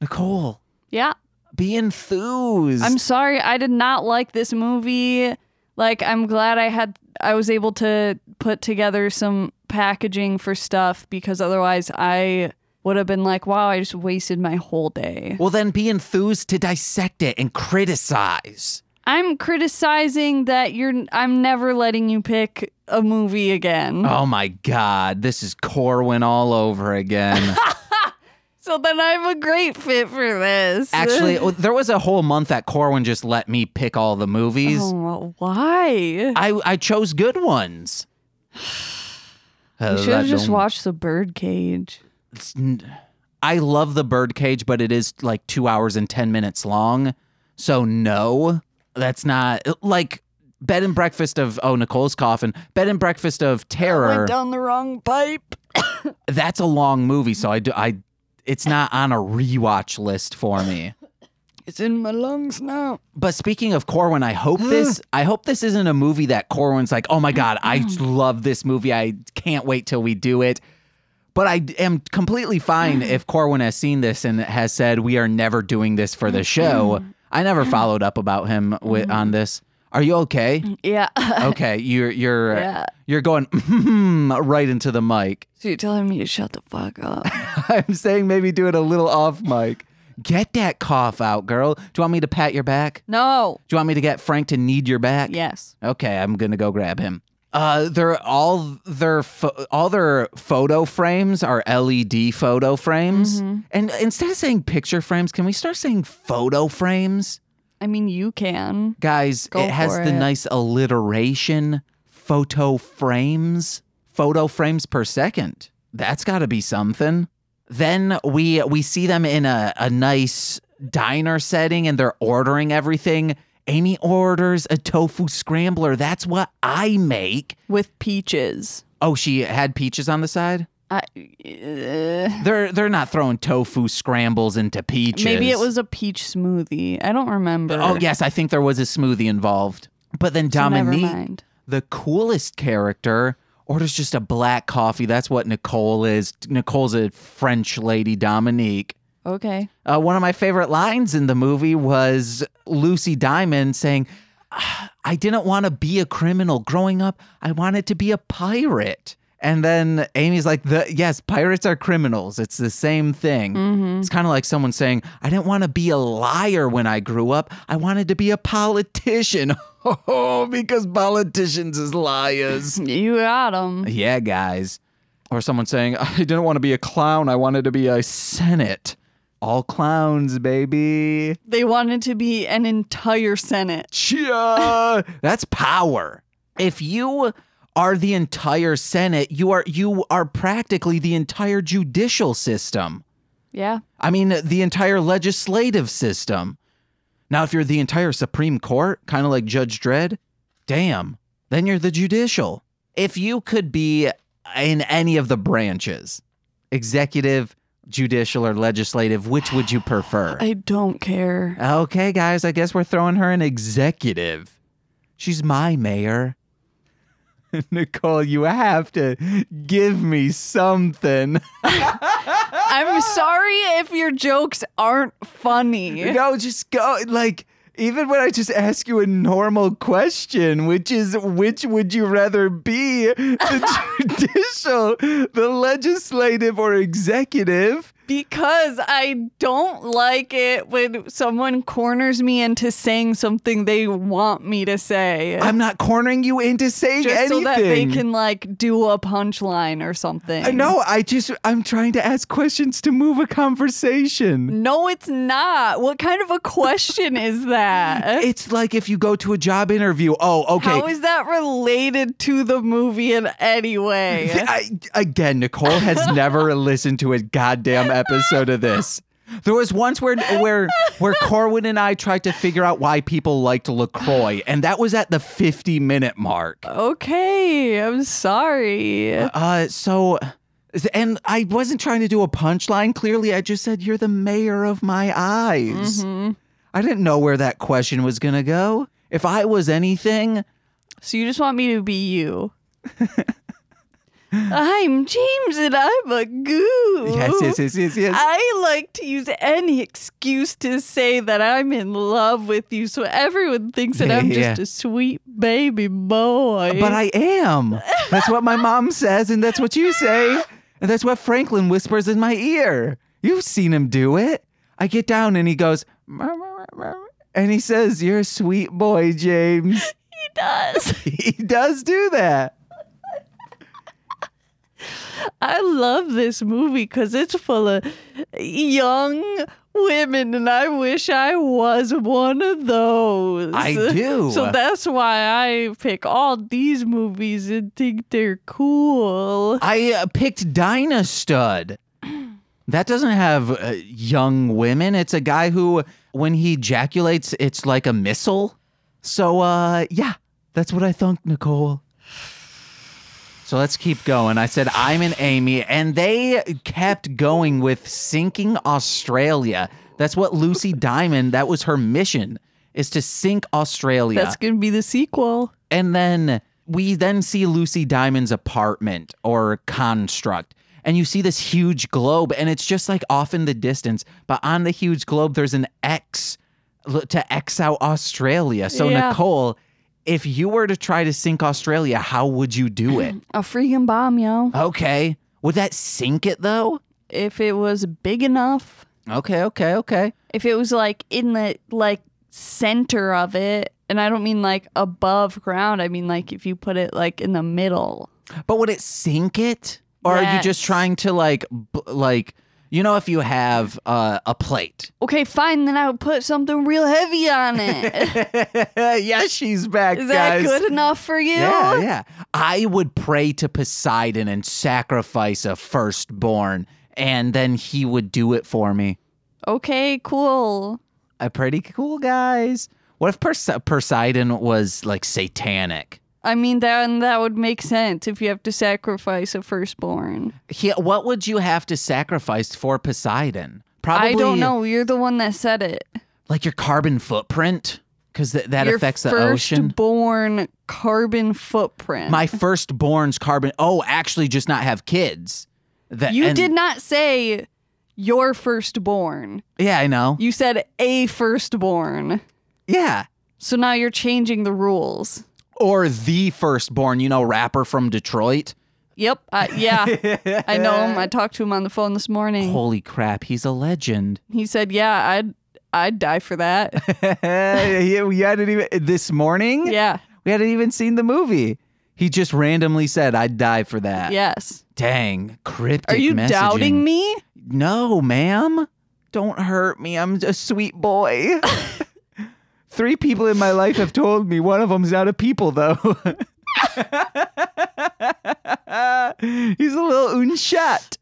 Speaker 1: Nicole,
Speaker 2: Yeah.
Speaker 1: be enthused.
Speaker 2: I'm sorry, I did not like this movie. Like, I'm glad I had I was able to put together some packaging for stuff because otherwise I would have been like, wow, I just wasted my whole day.
Speaker 1: well, then be enthused to dissect it and criticize.
Speaker 2: I'm criticizing that you're I'm never letting you pick a movie again.
Speaker 1: Oh my God, this is Corwin all over again.
Speaker 2: So then I'm a great fit for this.
Speaker 1: Actually, well, there was a whole month that Corwin just let me pick all the movies.
Speaker 2: Oh, why?
Speaker 1: I, I chose good ones. Uh,
Speaker 2: You should have just watched The Birdcage.
Speaker 1: it's n- I love the birdcage, but it is like two hours and 10 minutes long. So, no, that's not like bed and breakfast of, oh, Nicole's coffin, bed and breakfast of terror.
Speaker 2: down the wrong pipe.
Speaker 1: that's a long movie. So, I do, I, it's not on a rewatch list for me.
Speaker 2: It's in my lungs now.
Speaker 1: But speaking of Corwin, I hope this I hope this isn't a movie that Corwin's like, "Oh my god, I love this movie. I can't wait till we do it." But I am completely fine if Corwin has seen this and has said, "We are never doing this for the show." I never followed up about him with, on this. Are you okay?
Speaker 2: Yeah.
Speaker 1: Okay, you're you're
Speaker 2: Yeah.
Speaker 1: you're going "Mm-hmm," right into the mic.
Speaker 2: So you're telling me to shut the fuck up.
Speaker 1: I'm saying maybe do it a little off mic. Get that cough out, girl. Do you want me to pat your back?
Speaker 2: no.
Speaker 1: Do you want me to get Frank to knead your back?
Speaker 2: Yes.
Speaker 1: Okay, I'm gonna go grab him. Uh, they're all their pho- all their photo frames are LED photo frames, and instead of saying picture frames, can we start saying photo frames,
Speaker 2: I mean, you can.
Speaker 1: guys?
Speaker 2: Go
Speaker 1: it has
Speaker 2: for
Speaker 1: the
Speaker 2: it.
Speaker 1: nice alliteration. Photo frames, photo frames per second. That's got to be something. Then we we see them in a, a nice diner setting and they're ordering everything. Amy orders a tofu scrambler. That's what I make.
Speaker 2: With peaches.
Speaker 1: Oh, she had peaches on the side?
Speaker 2: I, uh,
Speaker 1: They're they're not throwing tofu scrambles into peaches.
Speaker 2: maybe it was a peach smoothie. I don't remember.
Speaker 1: Oh yes, I think there was a smoothie involved. But then
Speaker 2: So
Speaker 1: Dominique,
Speaker 2: Never mind.
Speaker 1: the coolest character orders just a black coffee. That's what Nicole is. Nicole's a French lady, Dominique.
Speaker 2: Okay.
Speaker 1: Uh, one of my favorite lines in the movie was Lucy Diamond saying, "Ah, I didn't want to be a criminal growing up. I wanted to be a pirate. And then Amy's like, the, Yes, pirates are criminals. It's the same thing. It's kind of like someone saying, I didn't want to be a liar when I grew up. I wanted to be a politician. Oh, because politicians is liars.
Speaker 2: You got them.
Speaker 1: Yeah, guys. Or someone saying, I didn't want to be a clown. I wanted to be a senate. All clowns, baby.
Speaker 2: They wanted to be an entire senate.
Speaker 1: Chia. That's power. If you are the entire senate, you are you are practically the entire judicial system.
Speaker 2: Yeah.
Speaker 1: I mean, the entire legislative system. Now, if you're the entire Supreme Court, kind of like Judge Dredd, damn, then you're the judicial. If you could be in any of the branches, executive, judicial, or legislative, which would you prefer?
Speaker 2: I don't care.
Speaker 1: Okay, guys, I guess we're throwing her an executive. She's my mayor. Nicole, you have to give me something.
Speaker 2: I'm sorry if your jokes aren't funny.
Speaker 1: No, just go. Like, even when I just ask you a normal question, which is which would you rather be the judicial, the legislative, or executive?
Speaker 2: Because I don't like it when someone corners me into saying something they want me to say.
Speaker 1: I'm not cornering you into saying
Speaker 2: just
Speaker 1: anything.
Speaker 2: so that they can like do a punchline or something.
Speaker 1: Uh, No, I just, I'm trying to ask questions to move a conversation.
Speaker 2: No, it's not. What kind of a question is that?
Speaker 1: It's like if you go to a job interview. Oh, okay.
Speaker 2: How is that related to the movie in any way?
Speaker 1: Th- I, again, Nicole has never listened to a goddamn episode of this. There was once where where where Corwin and I tried to figure out why people liked Lacroix, and that was at the fifty minute mark.
Speaker 2: okay, I'm sorry.
Speaker 1: Uh, so, and I wasn't trying to do a punchline. Clearly, I just said you're the mayor of my eyes.
Speaker 2: Mhm.
Speaker 1: I didn't know where that question was gonna go. If I was anything,
Speaker 2: So you just want me to be you. I'm James and I'm a goo.
Speaker 1: Yes, yes, yes, yes, yes.
Speaker 2: I like to use any excuse to say that I'm in love with you so everyone thinks that
Speaker 1: Yeah,
Speaker 2: I'm
Speaker 1: yeah,
Speaker 2: just a sweet baby boy.
Speaker 1: But I am. That's what my mom says, and that's what you say, and that's what Franklin whispers in my ear. You've seen him do it. I get down and he goes, "Murr, murr, murr, murr," and he says, "You're a sweet boy, James."
Speaker 2: he does.
Speaker 1: he does do that.
Speaker 2: I love this movie because it's full of young women, and I wish I was one of those.
Speaker 1: I do.
Speaker 2: So that's why I pick all these movies and think they're cool.
Speaker 1: I uh, picked Dinah Stud. That doesn't have uh, young women. It's a guy who, when he ejaculates, it's like a missile. So, uh, yeah, that's what I thunk, Nicole. So let's keep going. I said, I'm an Amy, and they kept going with sinking Australia. That's what Lucy Diamond, that was her mission, is to sink Australia.
Speaker 2: That's going to be the sequel.
Speaker 1: And then we then see Lucy Diamond's apartment or construct. And you see this huge globe, and it's just like off in the distance. But on the huge globe, there's an X l- to X out Australia. So,
Speaker 2: Yeah.
Speaker 1: Nicole, if you were to try to sink Australia, how would you do it?
Speaker 2: Mm, A freaking bomb, yo.
Speaker 1: okay. Would that sink it though?
Speaker 2: If it was big enough,
Speaker 1: Okay, okay, okay.
Speaker 2: if it was like in the like center of it, and I don't mean like above ground, I mean like if you put it like in the middle.
Speaker 1: But would it sink it? Or are you
Speaker 2: Yes.
Speaker 1: just trying to like, b- like, you know, if you have uh, a plate
Speaker 2: Okay, fine, then I would put something real heavy on it.
Speaker 1: yeah, she's back,
Speaker 2: Is that
Speaker 1: guys.
Speaker 2: good enough for you?
Speaker 1: Yeah, yeah. I would pray to Poseidon and sacrifice a firstborn, and then he would do it for me.
Speaker 2: Okay, cool.
Speaker 1: A pretty cool, guys. What if Perse- Poseidon was like satanic?
Speaker 2: I mean, then that would make sense if you have to sacrifice a firstborn.
Speaker 1: He, what would you have to sacrifice for Poseidon? Probably,
Speaker 2: I don't know. You're the one that said it.
Speaker 1: Like your carbon footprint, because that
Speaker 2: Your
Speaker 1: affects the ocean.
Speaker 2: Firstborn carbon footprint.
Speaker 1: My firstborn's carbon. Oh, actually, just not have kids. That
Speaker 2: you
Speaker 1: and-
Speaker 2: did not say your firstborn.
Speaker 1: Yeah, I know.
Speaker 2: You said a firstborn.
Speaker 1: yeah.
Speaker 2: So now you're changing the rules.
Speaker 1: or the firstborn, you know, rapper from Detroit.
Speaker 2: Yep. I, yeah. I know him. I talked to him on the phone this morning.
Speaker 1: Holy crap, he's a legend.
Speaker 2: He said, "Yeah, I'd I'd die for that."
Speaker 1: yeah, we hadn't even this morning.
Speaker 2: yeah.
Speaker 1: we hadn't even seen the movie. He just randomly said, "I'd die for that."
Speaker 2: Yes.
Speaker 1: Dang, cryptic.
Speaker 2: Are you
Speaker 1: messaging.
Speaker 2: doubting me?
Speaker 1: No, ma'am. Don't hurt me. I'm a sweet boy. Three people in my life have told me one of them's not a people, though. He's a little unshot.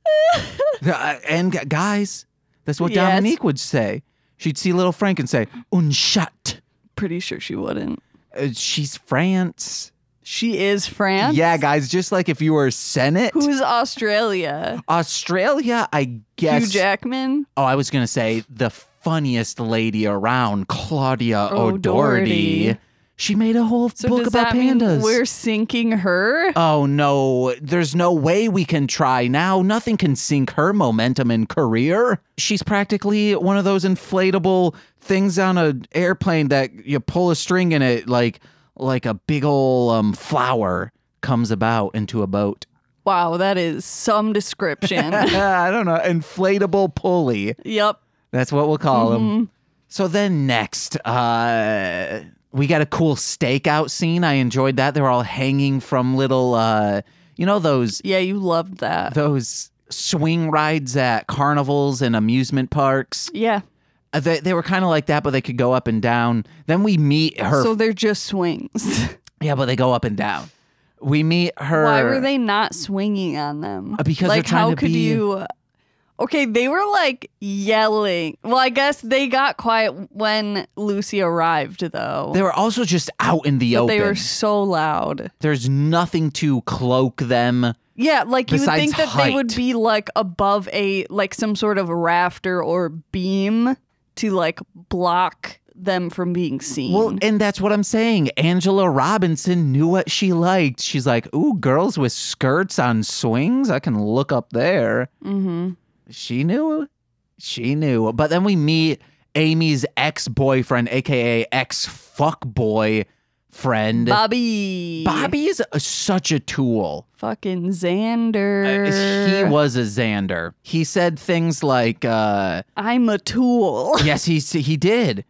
Speaker 1: Uh, and gu- guys, that's what
Speaker 2: Yes.
Speaker 1: Dominique would say. She'd see little Frank and say, unshot.
Speaker 2: Pretty sure she wouldn't.
Speaker 1: Uh, she's France.
Speaker 2: She is France.
Speaker 1: Yeah, guys, just like if you were Senate.
Speaker 2: Who's Australia?
Speaker 1: Australia, I guess.
Speaker 2: Hugh Jackman.
Speaker 1: Oh, I was going to say the funniest lady around, Claudia O'Doherty.
Speaker 2: O'Doherty.
Speaker 1: She made a whole
Speaker 2: Oh, So
Speaker 1: book
Speaker 2: does
Speaker 1: about
Speaker 2: that mean
Speaker 1: pandas.
Speaker 2: we're sinking her?
Speaker 1: oh, no. There's no way we can try now. Nothing can sink her momentum and career. She's practically one of those inflatable things on an airplane that you pull a string and it, like, like a big ol' um, flower comes about into a boat.
Speaker 2: Wow, that is some description.
Speaker 1: I don't know. Inflatable pulley.
Speaker 2: yep.
Speaker 1: That's what we'll call
Speaker 2: Mm-hmm.
Speaker 1: them. So then next, uh, we got a cool stakeout scene. I enjoyed that. They were all hanging from little, uh, you know, those
Speaker 2: Yeah, you loved that.
Speaker 1: those swing rides at carnivals and amusement parks.
Speaker 2: yeah.
Speaker 1: Uh, They, they were kind of like that, but they could go up and down. Then we meet her.
Speaker 2: So they're just swings.
Speaker 1: yeah, but they go up and down. We meet her.
Speaker 2: Why were they not swinging on them?
Speaker 1: Uh, because they're
Speaker 2: like,
Speaker 1: trying
Speaker 2: how
Speaker 1: to
Speaker 2: could
Speaker 1: be-
Speaker 2: you? Okay, they were like yelling. Well, I guess they got quiet when Lucy arrived, though.
Speaker 1: They were also just out in the
Speaker 2: but
Speaker 1: open.
Speaker 2: they were so loud.
Speaker 1: There's nothing to cloak them.
Speaker 2: Yeah, like you would
Speaker 1: Besides
Speaker 2: think that they would
Speaker 1: height.
Speaker 2: be like above a like some sort of rafter or beam to like block them from being seen.
Speaker 1: Well, and that's what I'm saying. Angela Robinson knew what she liked. She's like, ooh, girls with skirts on swings. I can look up there.
Speaker 2: mm-hmm.
Speaker 1: She knew. She knew. But then we meet Amy's ex boyfriend, AKA ex fuck boy friend.
Speaker 2: Bobby.
Speaker 1: Bobby's a- such a tool.
Speaker 2: Fucking
Speaker 1: Uh,
Speaker 2: Xander.
Speaker 1: He was a Xander. He said things like, uh,
Speaker 2: I'm a tool.
Speaker 1: yes, he he did.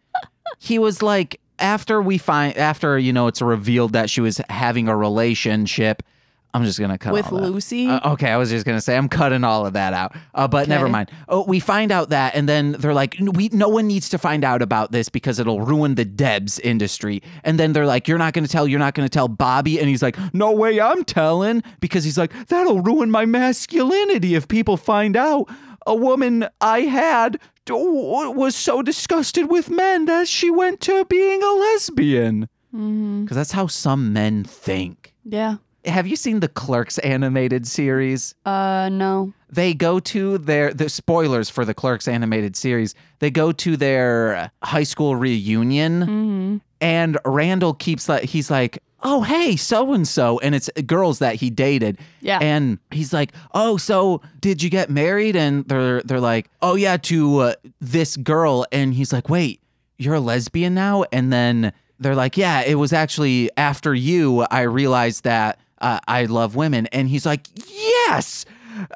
Speaker 1: He was like after we find after you know it's revealed that she was having a relationship. I'm just gonna cut
Speaker 2: With
Speaker 1: all Oh, that.
Speaker 2: Lucy.
Speaker 1: Uh, okay, I was just gonna say I'm cutting all of that out, uh, but never
Speaker 2: Okay.
Speaker 1: mind. Oh, we find out that, and then they're like, "N- "We no one needs to find out about this because it'll ruin the Debs industry." And then they're like, "You're not gonna tell. You're not gonna tell Bobby." And he's like, "No way, I'm telling," because he's like, "That'll ruin my masculinity if people find out a woman I had." d- w- Was so disgusted with men that she went to being a lesbian.
Speaker 2: hmm
Speaker 1: Because that's how some men think.
Speaker 2: Yeah.
Speaker 1: Have you seen the Clerks animated series?
Speaker 2: Uh, no.
Speaker 1: they go to their the spoilers for the clerks animated series they go to their uh, high school reunion
Speaker 2: hmm
Speaker 1: and randall keeps like he's like oh hey so and so and it's girls that he dated
Speaker 2: Yeah.
Speaker 1: and he's like oh so did you get married and they're they're like oh yeah to uh, this girl and he's like wait you're a lesbian now and then they're like yeah it was actually after you i realized that uh, i love women and he's like yes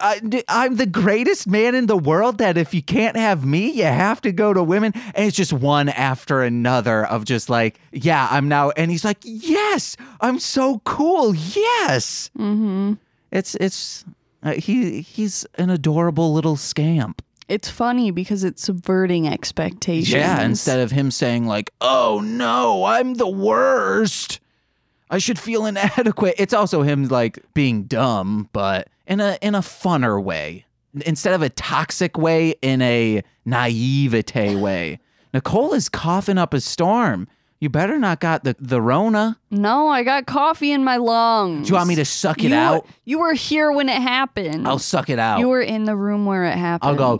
Speaker 1: I, am the greatest man in the world. That if you can't have me, you have to go to women. And it's just one after another of just like, yeah, I'm now. And he's like, yes, I'm so cool. Yes,
Speaker 2: hmm
Speaker 1: it's it's uh, he he's an adorable little scamp.
Speaker 2: It's funny because it's subverting expectations.
Speaker 1: Yeah, instead of him saying like, "Oh no, I'm the worst. I should feel inadequate." It's also him like being dumb, but in a in a funner way. Instead of a toxic way, in a naivete way. Nicole is coughing up a storm. You better not got the, the Rona.
Speaker 2: No, I got coffee in my lungs.
Speaker 1: Do you want me to suck it
Speaker 2: you,
Speaker 1: out?
Speaker 2: You were here when it happened.
Speaker 1: I'll suck it out.
Speaker 2: you were in the room where it
Speaker 1: I'll
Speaker 2: happened.
Speaker 1: go.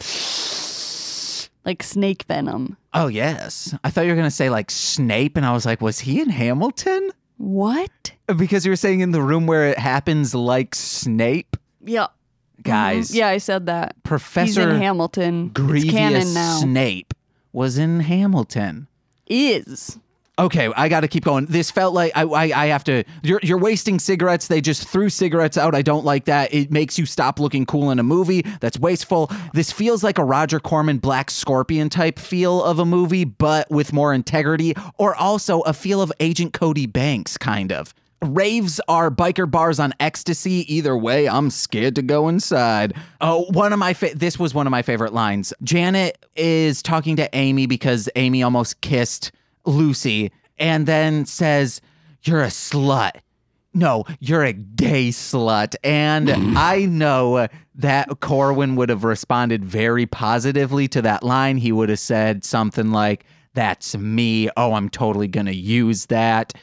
Speaker 2: like snake venom.
Speaker 1: Oh yes. I thought you were gonna say like Snape, and I was like, was he in Hamilton?
Speaker 2: What?
Speaker 1: Because you were saying in the room where it happens, like Snape,
Speaker 2: Yeah.
Speaker 1: guys.
Speaker 2: Mhm. Yeah, I said that. He's in
Speaker 1: Professor
Speaker 2: Hamilton. it's
Speaker 1: Grievous
Speaker 2: canon now.
Speaker 1: Snape was in Hamilton.
Speaker 2: Is.
Speaker 1: Okay, I got to keep going. This felt like I, I, I have to. You're, you're wasting cigarettes. They just threw cigarettes out. I don't like that. It makes you stop looking cool in a movie. That's wasteful. This feels like a Roger Corman Black Scorpion type feel of a movie, but with more integrity, or also a feel of Agent Cody Banks, kind of. Raves are biker bars on ecstasy. Either way, I'm scared to go inside. Oh, one of my fa- this was one of my favorite lines. Janet is talking to Amy because Amy almost kissed Lucy and then says, "You're a slut." No, you're a gay slut. And I know that Corwin would have responded very positively to that line. He would have said something like, That's me. Oh, I'm totally going to use that.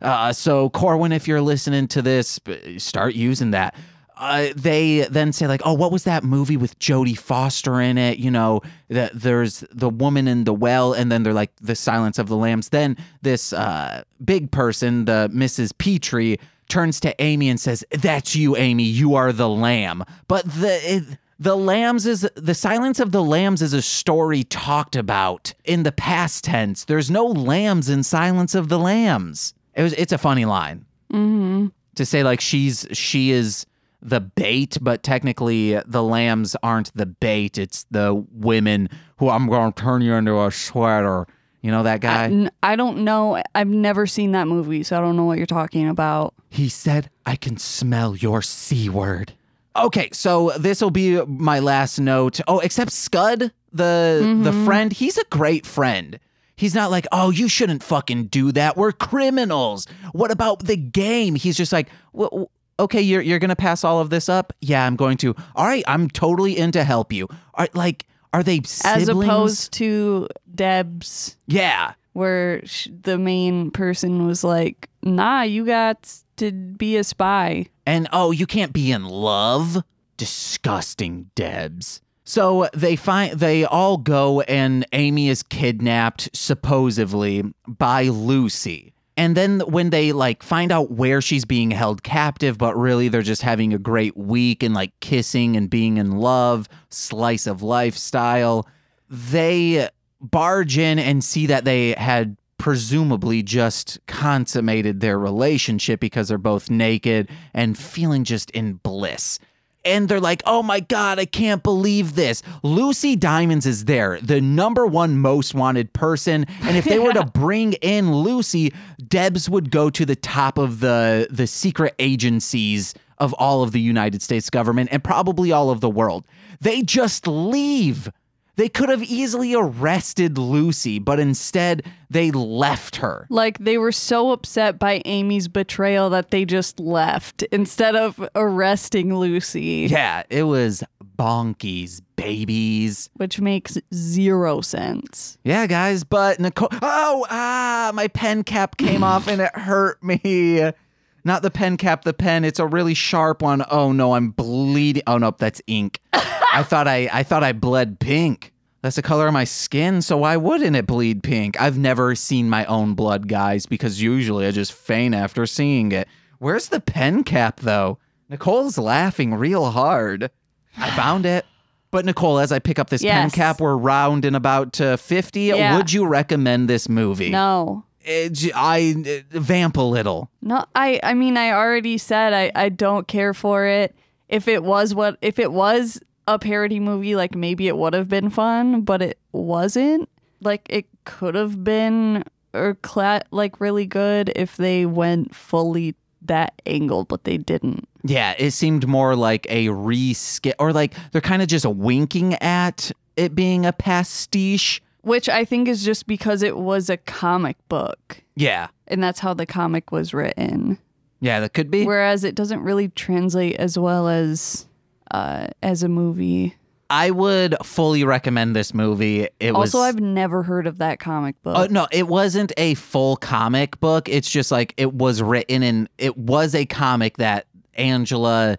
Speaker 1: Uh, so, Corwin, if you're listening to this, b- start using that. Uh, they then say like, "Oh, what was that movie with Jodie Foster in it?" You know, that there's the woman in the well, and then they're like the Silence of the Lambs. Then this uh, big person, the Mrs. Petrie, turns to Amy and says, "That's you, Amy. You are the lamb." But the it, the lambs is the Silence of the Lambs is a story talked about in the past tense. There's no lambs in Silence of the Lambs. It was it's a funny line
Speaker 2: Mm-hmm.
Speaker 1: to say like she's she is the bait, but technically the lambs aren't the bait. It's the women who I'm going to turn you into a sweater. You know that guy?
Speaker 2: I, I don't know. I've never seen that movie, so I don't know what you're talking about.
Speaker 1: He said, I can smell your C word. Okay, so this will be my last note. Oh, except Scud, the the
Speaker 2: Mm-hmm.
Speaker 1: friend, he's a great friend. He's not like, oh, you shouldn't fucking do that. We're criminals. What about the game? He's just like, "Wh- wh- okay, you're you're gonna pass all of this up? Yeah, I'm going to. All right, I'm totally in to help you. Are, like, are they siblings?
Speaker 2: As opposed to Deb's,
Speaker 1: yeah,
Speaker 2: where sh- the main person was like, nah, you got to be a spy.
Speaker 1: And oh, you can't be in love. Disgusting Debs. So they find they all go and Amy is kidnapped supposedly by Lucy. And then when they like find out where she's being held captive, but really they're just having a great week and like kissing and being in love, slice of lifestyle, they barge in and see that they had presumably just consummated their relationship because they're both naked and feeling just in bliss and they're like, oh my God, I can't believe this. Lucy Diamonds is there, the number one most wanted person. And if they were to bring in Lucy, Debs would go to the top of the, the secret agencies of all of the United States government and probably all of the world. They just leave. They could have easily arrested Lucy, but instead they left her.
Speaker 2: Like they were so upset by Amy's betrayal that they just left instead of arresting Lucy,
Speaker 1: Yeah, it was bonkies, babies.
Speaker 2: which makes zero sense.
Speaker 1: Yeah, guys, but Nicole. Oh, ah, my pen cap came off and it hurt me. Not the pen cap, the pen. It's a really sharp one. Oh no, I'm bleeding. Oh no, that's ink. I thought I, I thought I bled pink. That's the color of my skin, so why wouldn't it bleed pink? I've never seen my own blood, guys, because usually I just faint after seeing it. Where's the pen cap, though? Nicole's laughing real hard. I found it. But Nicole, as I pick up this pen
Speaker 2: Yes.
Speaker 1: cap, we're round and about to 50.
Speaker 2: Yeah.
Speaker 1: Would you recommend this movie?
Speaker 2: No.
Speaker 1: Eh, j- I eh, vamp a little.
Speaker 2: No, I I mean I already said I I don't care for it. If it was what if it was a parody movie, like maybe it would have been fun, but it wasn't. Like it could have been or cla- like really good if they went fully that angle, but they didn't.
Speaker 1: Yeah, it seemed more like a reskit, or like they're kind of just winking at it being a pastiche.
Speaker 2: Which I think is just because it was a comic book
Speaker 1: Yeah.
Speaker 2: and that's how the comic was written.
Speaker 1: Yeah, that could be.
Speaker 2: Whereas it doesn't really translate as well as uh, as a movie.
Speaker 1: I would fully recommend this movie. It was
Speaker 2: also, I've never heard of that comic book.
Speaker 1: Oh no, it wasn't a full comic book. It's just like it was written and it was a comic that Angela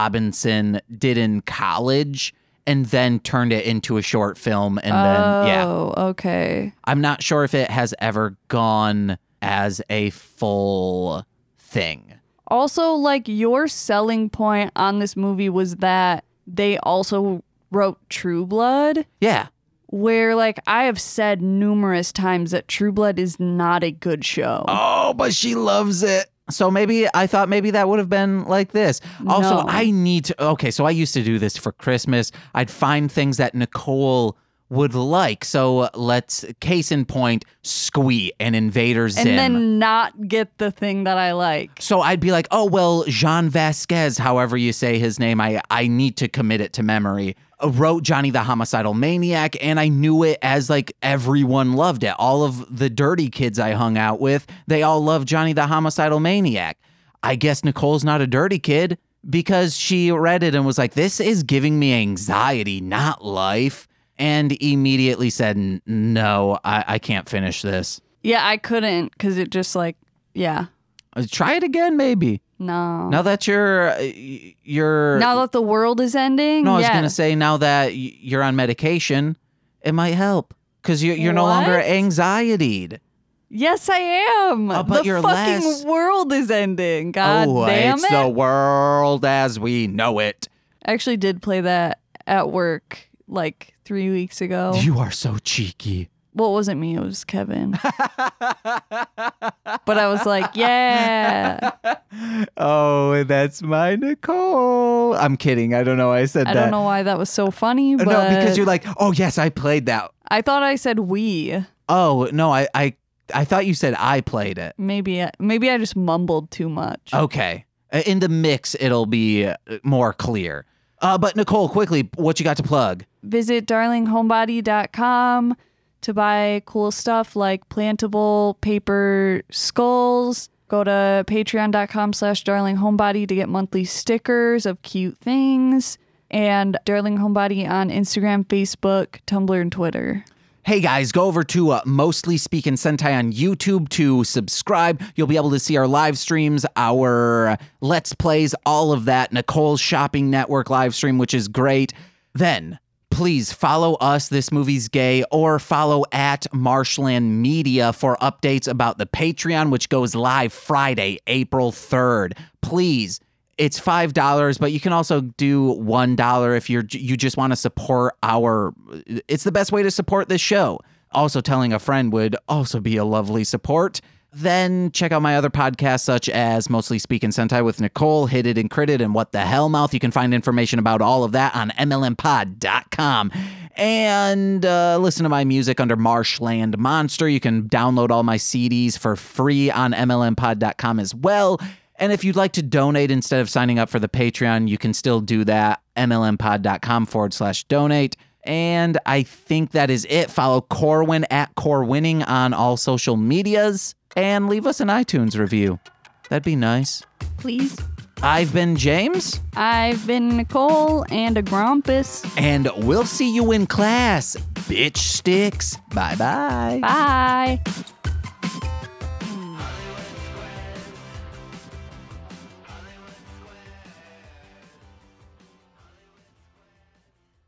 Speaker 1: Robinson did in college and then turned it into a short film and then yeah.
Speaker 2: Oh, okay.
Speaker 1: I'm not sure if it has ever gone as a full thing.
Speaker 2: Also, like your selling point on this movie was that they also wrote True Blood,
Speaker 1: Yeah.
Speaker 2: where like I have said numerous times that True Blood is not a good show.
Speaker 1: Oh, but she loves it. So maybe I thought maybe that would have been like this. Also,
Speaker 2: No.
Speaker 1: I need to. Okay, so I used to do this for Christmas. I'd find things that Nicole would like. So uh, let's case in point, Squee and Invader Zim.
Speaker 2: and then not get the thing that I like.
Speaker 1: so I'd be like, oh well, Jean Vasquez, however you say his name, I I need to commit it to memory. uh, Wrote Johnny the Homicidal Maniac, and I knew it as like everyone loved it. All of the dirty kids I hung out with, they all loved Johnny the Homicidal Maniac. I guess Nicole's not a dirty kid because she read it and was like, this is giving me anxiety, not life. And immediately said, "N- no, I, I can't finish this.
Speaker 2: Yeah, I couldn't because it just like yeah
Speaker 1: Uh, Try it again, maybe.
Speaker 2: no.
Speaker 1: Now that you're uh, y- you're
Speaker 2: Oh. Now that the world is ending,
Speaker 1: no, I was
Speaker 2: yeah.
Speaker 1: gonna say now that y- you're on medication, it might help because you're you're no longer
Speaker 2: What?
Speaker 1: anxietied.
Speaker 2: yes, I am.
Speaker 1: Oh, but
Speaker 2: the
Speaker 1: you're
Speaker 2: fucking
Speaker 1: less-
Speaker 2: world is ending. God
Speaker 1: oh,
Speaker 2: damn
Speaker 1: it's
Speaker 2: it!
Speaker 1: the world as we know it.
Speaker 2: I actually did play that at work like three weeks ago.
Speaker 1: You are so cheeky.
Speaker 2: well, it wasn't me, it was Kevin. But I was like, yeah.
Speaker 1: oh, that's my Nicole. I'm kidding. I don't know. why I said
Speaker 2: I
Speaker 1: that. Uh,
Speaker 2: don't know why that was so funny, but
Speaker 1: no, because you're like, oh yes, I played that.
Speaker 2: I thought I said we.
Speaker 1: Oh no, I I I thought you said I played it.
Speaker 2: Maybe I, maybe I just mumbled too much.
Speaker 1: Okay. Uh, In the mix, it'll be uh, more clear. Uh, but Nicole, quickly, what you got to plug?
Speaker 2: Visit darlinghomebody.com to buy cool stuff like plantable paper skulls. Go to patreon.com slash darlinghomebody to get monthly stickers of cute things. And Darling Homebody on Instagram, Facebook, Tumblr, and Twitter.
Speaker 1: Hey guys, go over to uh, Mostly Speaking Sentai on YouTube to subscribe. You'll be able to see our live streams, our uh, Let's Plays, all of that. Nicole's Shopping Network live stream, which is great. Then please follow us, This Movie's Gay, or follow at Marshland Media for updates about the Patreon, which goes live Friday, April 3rd. Please. It's five dollars, but you can also do one dollar if you're you just want to support our. It's the best way to support this show. Also, telling a friend would also be a lovely support. Then check out my other podcasts, such as Mostly Speaking Sentai with Nicole, Hit It and Crit It, and What the Hell Mouth. You can find information about all of that on MLMPod.com. And uh, listen to my music under Marshland Monster. You can download all my CDs for free on MLMPod.com as well. And if you'd like to donate instead of signing up for the Patreon, you can still do that. MLMPod.com forward slash donate. And I think that is it. Follow Corwin at Corwinning on all social medias and leave us an iTunes review. That'd be nice.
Speaker 2: Please.
Speaker 1: I've been James,
Speaker 2: I've been Nicole and a Grompus.
Speaker 1: and we'll see you in class, bitch sticks. Bye bye.
Speaker 2: Bye.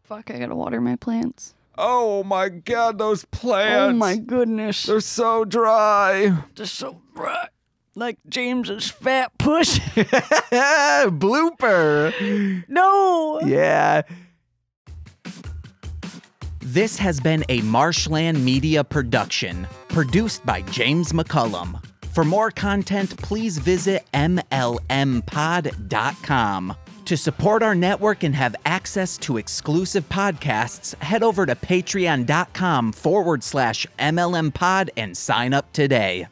Speaker 2: Fuck, I gotta water my plants.
Speaker 1: Oh my god, those plants.
Speaker 2: Oh my goodness.
Speaker 1: They're so dry.
Speaker 2: Just so bright. Like James's fat push.
Speaker 1: Blooper.
Speaker 2: no.
Speaker 1: Yeah. This has been a Marshland Media production, produced by James McCullum. For more content, please visit MLMPod.com. To support our network and have access to exclusive podcasts, head over to patreon.com forward slash MLMPod and sign up today.